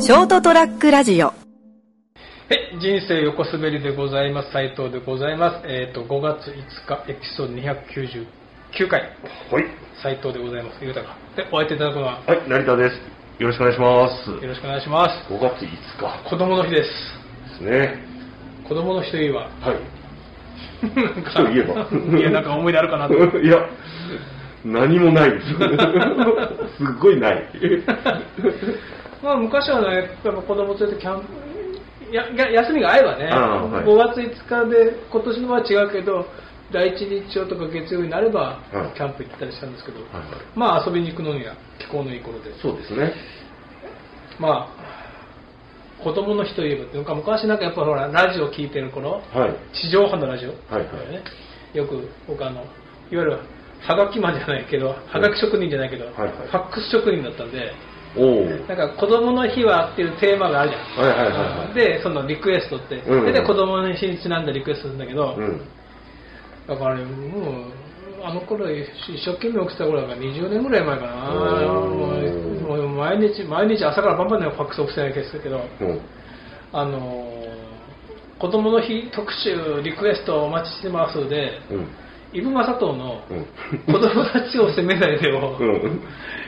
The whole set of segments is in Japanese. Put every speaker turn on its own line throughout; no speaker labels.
ショートトラックラジオ
はい、人生横滑りでございます。斉藤でございます。えっ、と、5月5日、エピソード299回、
はい。
斉藤でございます。ゆうたか。で、お相手いただくのは、
はい、成田です。よろしくお願いします。
よろしくお願いしま
5月5
す。子供の日です。
日ですね。
子供の日といえば、
はい。
なんか
そういえば
いや、なんか思い出あるかなと思って。
いや、何もないです。 すっごいない。
まあ、昔はね、やっぱ子供連れてキャンプ、やや休みが合えばね、
あーはい
5月5日で、今年のは違うけど、第一日曜とか月曜になれば、
うん
キャンプ行ったりしたんですけど、
はいはい
まあ遊びに行くのには気候のいい頃で、
そうですね。
まあ、子供の日といえばっていうか、昔なんかやっぱほら、ラジオ聞いてる頃、
はい。
地上波のラジオ、
はいはい
ね、よく僕あの、いわゆる、はがきマンじゃないけど、はがき職人じゃないけど、
はいはい
ファックス職人だったんで、
おお。
なんか子供の日はっていうテーマがあるじゃん。
はいはいはいはい。
で、そのリクエストって、
うんうん
で子供の日にちなんだリクエストするんだけど、
うん。
だからねもう、あの頃一生懸命起きてた頃だから20年ぐらい前かな、
おー
もう毎日、毎日朝から晩までのファックス起きてないケースだけど、
うん。
あのー子供の日特集リクエストお待ちしてますで、
うん。
イブマサトウの
うん
子供たちを責めないでを、
うん。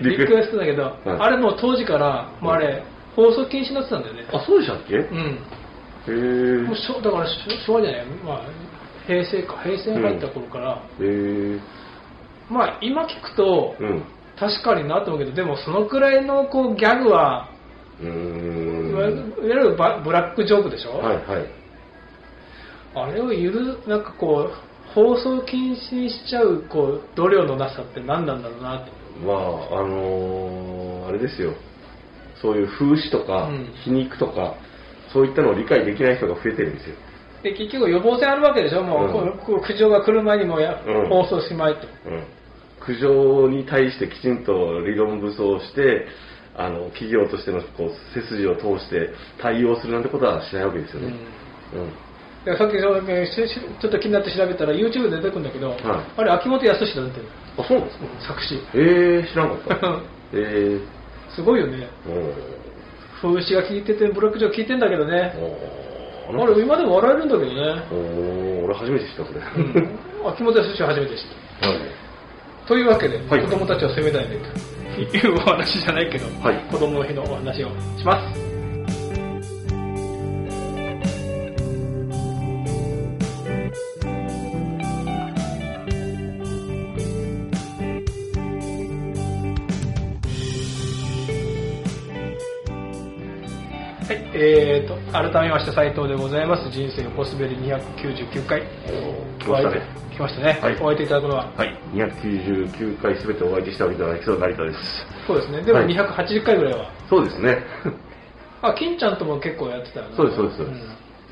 リクエストだけど、
うん
あれもう当時から、もうあれ、放送禁止になってたんだよね。
あ、そうでしたっけへ
うん。
え。
もう昭だから昭和じゃない、まあ、平成か、平成に入った頃から、
へえ。
まあ今聞くと、
うん。
確かになと思うけど、でもそのくらいのこうギャグは、
う
い
ーん。
わゆるいわゆるバブラックジョークでしょ、
はいはい。
あれをゆる、なんかこう、放送禁止にしちゃうこう度量のなさって何なんだろうなって。
まああのーあれですよそういう風刺とか、
うん
皮肉とかそういったのを理解できない人が増えてるんですよ
で結局予防線あるわけでしょ、もう、
うん
こうこう苦情が来る前にもうや、
うん
放送しまいと。
うん苦情に対してきちんと理論武装してあの企業としてのこう背筋を通して対応するなんてことはしないわけですよ
う
ね
ん
うん、
でさっきそうねししちょっと気になって調べたら YouTube で出てくるんだけど、
い
あれ秋元康だってる
あそうなんですか
作詞
えー、知らんかったえー、
すごいよね
うん
風刺が効いててブロック上効いてんだけどねあ
おー
れ今でも笑えるんだけどね
おー俺初めて知ったそれ、
うん秋元康は初めて知っ
は
たというわけで、
はい
子供たちを責めないでというお話じゃないけど、
はい
子供の日のお話をしますはい、えー、と改めまして斉藤でございます人生横滑り299回
い来ましたね
来ましたね、
はい
お相手いただくのは
はい、299回すべてお相手しておりいただきそう成田です。
そうですねでも
はい
280回ぐらいは、
そうです ね。
あ金ちゃんとも結構やってたよね
そうですそうですそうです
ん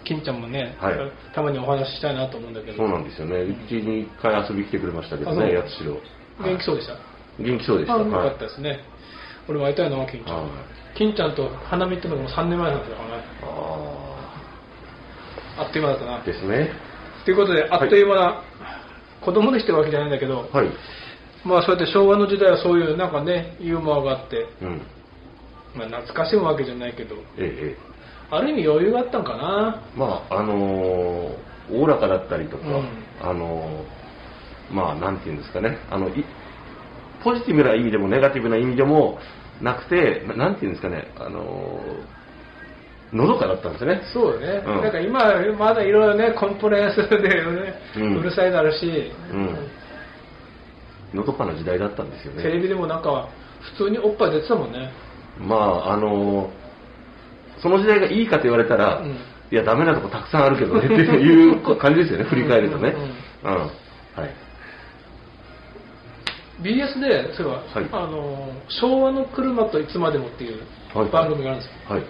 金ちゃんもね、
はい
たまにお話ししたいなと思うんだけど
そうなんですよね。うちに一回遊びに来てくれましたけど
あそう
ね、八代。
元気そうでした、
元気そうでした。
あ
は
よ
い
かったですね、俺も会いたいな金ちゃん、
はい
金ちゃんと花見ってのがもう3年前なんですよ
あ
あっという間だったな
ーですね。
ということであっという間な、子供でしてるわけじゃないんだけど、
はい。
まあそうやって昭和の時代はそういうなんかねユーモアがあって、
うん。
まあ、懐かしむわけじゃないけど
ええええ。
ある意味余裕があったんかな
まあ、あのーおおらかだったりとか、
うん
あのーまあ、なんていうんですかね、あの、いポジティブな意味でもネガティブな意味でもなくて、ななんていうんですかね、あのーのどかだったんですよね。
そうだね、
うん
なんか今まだいろいろねコンプライアンスで、ねう
うん
るさいだろうし、
うんのどかな時代だったんですよ
テレ
ね。
ビでもなんか普通におっぱい出てたもんね
まあ、あのーその時代がいいかと言われたら、
うん
いや、ダメなとこたくさんあるけどねっていうこ感じですよね、 振り返るとね。うんはい。
BS でそういえば、
はい
あの昭和の車といつまでもっていう
はい
番組があるんですよ、
はい。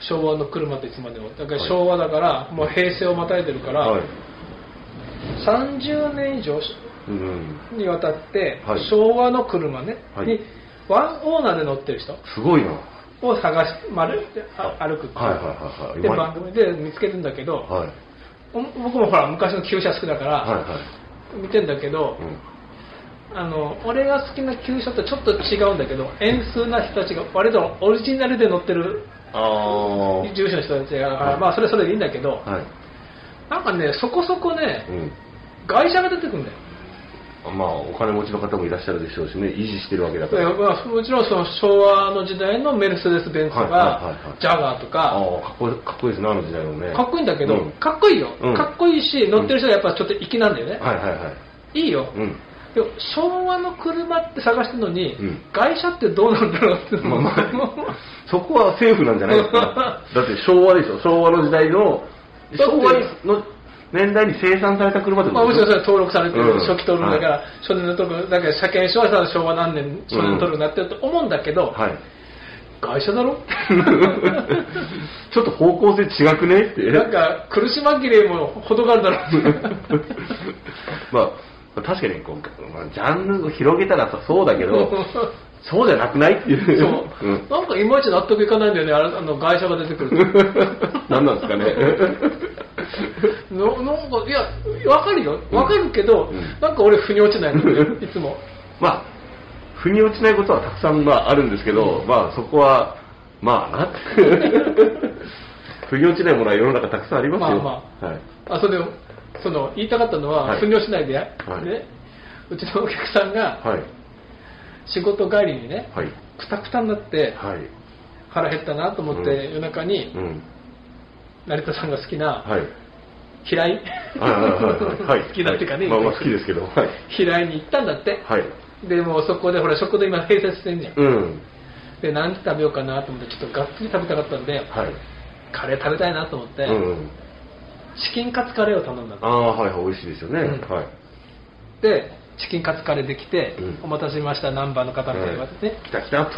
昭和の車といつまでもだから
はい
昭和だから、もう平成をまたいでるから、
はい。
30年以上
うん。
にわたって、
はい
昭和の車ね、
はい
にワンオーナーで乗ってる人
すごいな。
を探し、まるあ歩くっていう
はいはいはいはい
で
うまい
番組で見つけるんだけど、
はい。
お僕もほら昔の旧車好きだから、
はいはい。
見てんだけど、
うん。
あの俺が好きな旧車とちょっと違うんだけど円数な人たちが割とオリジナルで乗ってる
ああは
住所の人たちだから、
はい
まあそれはそれでいいんだけど、
い、
なんかねそこそこね
う
外車が出てくるんだよ
ん、まあお金持ちの方もいらっしゃるでしょうしね維持してるわけだか
だかららまあもちろんその昭和の時代のメルセデス・ベンツと
はいはいはいは
か
い
ジャガーと
あ
か
あかっこいいかっこいいですねあの時代のね
かっこいいんだけど、
うん
かっこいいよ、
うん
かっこいいし乗ってる人はやっぱちょっと粋なんだよね、
はいはいはい
いいよ、
うん
でも昭和の車って探してるのに、
うん
外車ってどうなんだろうって
まあまあ そこは政府なんじゃないですかだって昭和でしょ昭和の時代の
って
昭和の年代に生産された車っ て
まあ、
こ
も
と
ち
で
ろん
し
それは登
ょ
録されてる、
うん
初期登録だから、初年の登録、だから車検証はさ昭和何年、初年の登録になってると思うんだけど、
はい
外車だろ
ちょっと方向性違くねって
なんか苦し紛れも程があるだろ
まあ確かにこう、まあ、ジャンルを広げたらさそうだ けどそうじゃなくないっていう
そう、
うん、
なんかいまいち納得いかないんだよね、あれあの外車が出てくる
何なんです かね
とのなんか、いや、わかるよ、わかるけど、
うん
なんか俺、腑に落ちないのね、いつも。
まあ腑に落ちないことはたくさんまああるんですけど、まあそこはまあな 腑に落ちないものは世の中たくさんありますよ、
まあ
はい、
あそれをその言いたかったのは、
はい
腑に落ちないで、
い
ね、うちのお客さんが
はい
仕事帰りにね、
はい
くたくたになって
はい
腹減ったなと思って、
う
夜中に
うん
成田さんが好きな
はい
嫌い、
はいはいはいはい はい
好きだっていうかね、
まあまあ好きですけどはい
嫌いに行ったんだって、
はい
でもうそこでほら食堂今併設してんじゃん、
うん
で何食べようかなと思ってちょっとがっつり食べたかったんで
はい
カレー食べたいなと思って、
うん
チキンカツカレーを頼んだの
ああはいはい美味しいですよね、
うん
はい
でチキンカツカレーできて、
うん
お待たせしましたナンバーの方みたいに言われてね、
来た来たと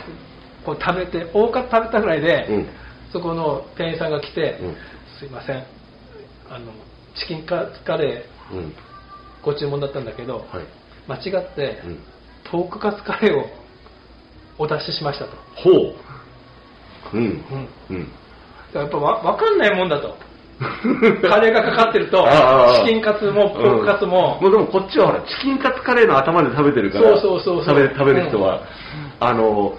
こう食べて多かった食べたぐらいで、
うん
そこの店員さんが来て、
うん
すいませんあのチキンカツカレー
うん
ご注文だったんだけど、
はい
間違って、
うん
ポークカツカレーをお出ししましたと、
ほうう
う
ん
ん、
うん
やっぱわ分かんないもんだ とカレーがかかってると
ああああ
チキンカツもポークカツも、
うんもうでもこっちはほらチキンカツカレーの頭で食べてるから
そうそうそうそう
食べ食べる人は、あの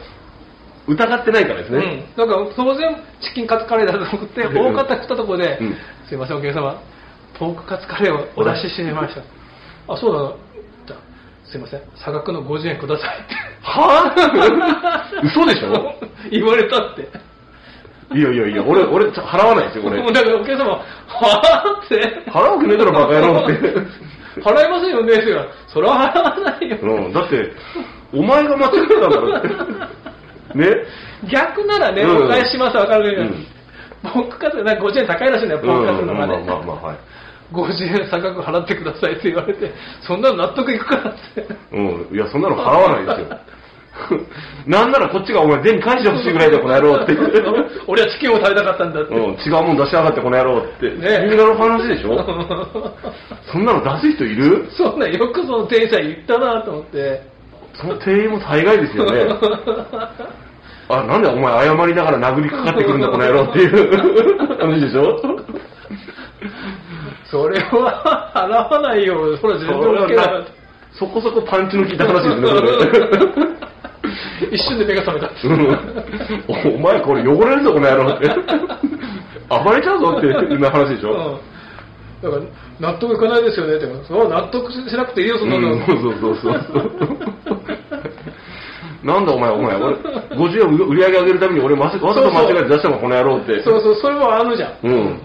疑ってないからです
う
ね、
ん、だから当然チキンカツカレーだと思って
うん
大方食ったところで、
うん
すいませんお客様ポークカツカレーをお出ししてみましたあそうだじゃあすいません差額の50円くださいって
はぁ 嘘でしょ
言われたって
いやいやいや俺俺ちょ払わないですよこれ
もうだからお客様はぁって
払うわけねえだろバカ野郎って
払いませんよねって言うからそれは払わないよ、
うんだってお前が間違ってたんだろってね
逆ならね、
うん
お返しします分かるけど、
うん
ポークカツなんか50円高いらしいんだよポークカツの
ま
が
あ
ね、
まあまあまあはい
50円差額払ってくださいって言われて、そんなの納得いくかなって。
うん、いや、そんなの払わないですよ。 なんならこっちがお前、全返してほしいぐらいだよ、この野郎って。う
俺はチキンを食べたかったんだって。
ん、違うもん出しやがって、この野郎って。
ね
みんなの話でしょ そんなの出す人い る
そんなよくその店員さん言ったなと思って。
その店員も大概ですよね。あ、なんでお前謝りながら殴りかかってくるんだ、この野郎っていう話でしょ
それは払わないよ。ほら、全然 OK だなって。
そこそこパンチの効いた話ですね、それ。
一瞬で目が覚めたって。
うん、お前これ汚れるぞ、この野郎って。暴れちゃうぞっていう話でしょ、
うん、だから納得いかないですよねってそう納得しなくていいよそんなの、
うんそうそうそうそう。なんだお前、お前、俺、50円売り上げ上げるために俺、まさかわざと間違えて出したの、この野郎って。
そうそうそれもあるじゃん
うん。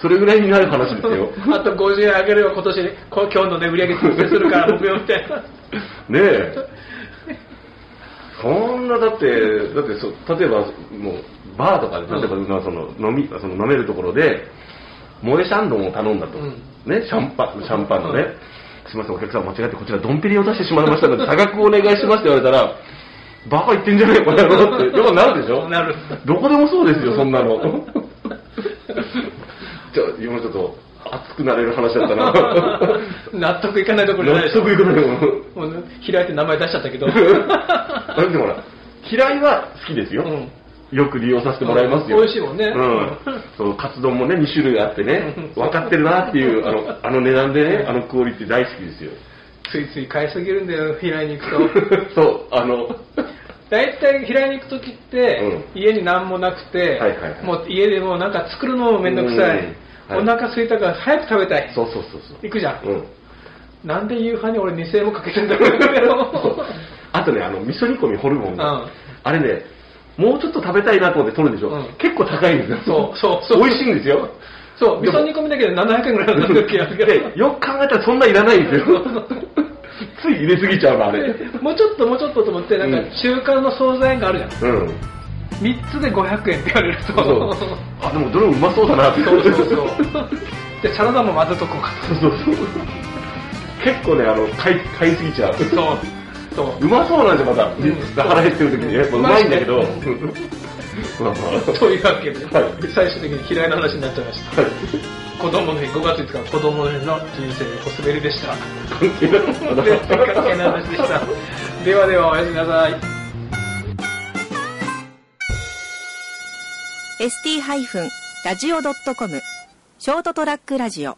それぐらいになる話です よ。
あと50円あげるよ、今年、こ今日のね、売り上げ達成するから、目標みたいな。
ねえ。そんな、だって、だってそう、例えば、もう、バーとかで、例えば、
うん
まあその、飲み、その飲めるところで、萌えシャンドンを頼んだと。
うん
ね、シャンパン、シャンパンのね。
う
すみません、お客さん間違ってこちらドンペリを出してしまいましたので、差額お願いしますって言われたら、バカ言ってんじゃねえ よ、これやろって。でもなるでしょ
なる。
どこでもそうですよ、そんなの。 じゃあ、今ちょっと、熱くなれる話だっ たな。
納得いかないところじゃないで
納
しょ
得いかないよ。
もうね、開いて名前出しちゃった けど。
だってほら、嫌いは好きですよ。
うん
よく利用させてもらいますよ。
うん美味しいもんね
うん。そう、カツ丼もね、2種類あってね、
うん
分かってるなっていう、あの、あの値段でね、あのクオリティ大好きですよ。
ついつい買いすぎるんだよ、平井に行くと。
そう、あの、
大体平井に行くときって、家に何もなくて、
はいはいはい
もう家でもうなんか作るのもめんどくさい、
うんはい
お腹空いたから早く食べたい、
そうそうそうそう。
行くじゃん、
うん。
なんで夕飯に俺2000円もかけてんだろ う
あとね、あの、味噌煮込みホルモンが、
うん
あれね、もうちょっと食べたいなと思って取るでしょ、
うん
結構高いんですよ。
そうそうそう
美味しいんですよ。
そう、味
でも
噌煮込みだけで700円ぐらいになる時あるけど。
でよく考えたらそんないらないんですよ。 つい入れすぎちゃうの、あれ。う
もうちょっともうちょっとと思って、なんか
うん
中間の惣菜があるじゃん。
ん。
3つで500円って言われると。
そう。あ、でもどれもうまそうだなって。
そうそうそう。で、サラダも混ぜとこうか
そうそうそう結構ね、あの、買い、買いすぎちゃう。
と。そう。そう
まそうなんですよ、ま
ん
た。腹減ってる時に。やっぱうまいんだけど。
う
うんんまあまあ。
う。というわけで、
はい
最終的に嫌いな話になっちゃいました。子供の日、5月5日は子供の日の人生の小滑りでした。
関係なかった
で、関係ない話でした。ではでは、おやすみなさい。
ST-radio.com ショートトラックラジオ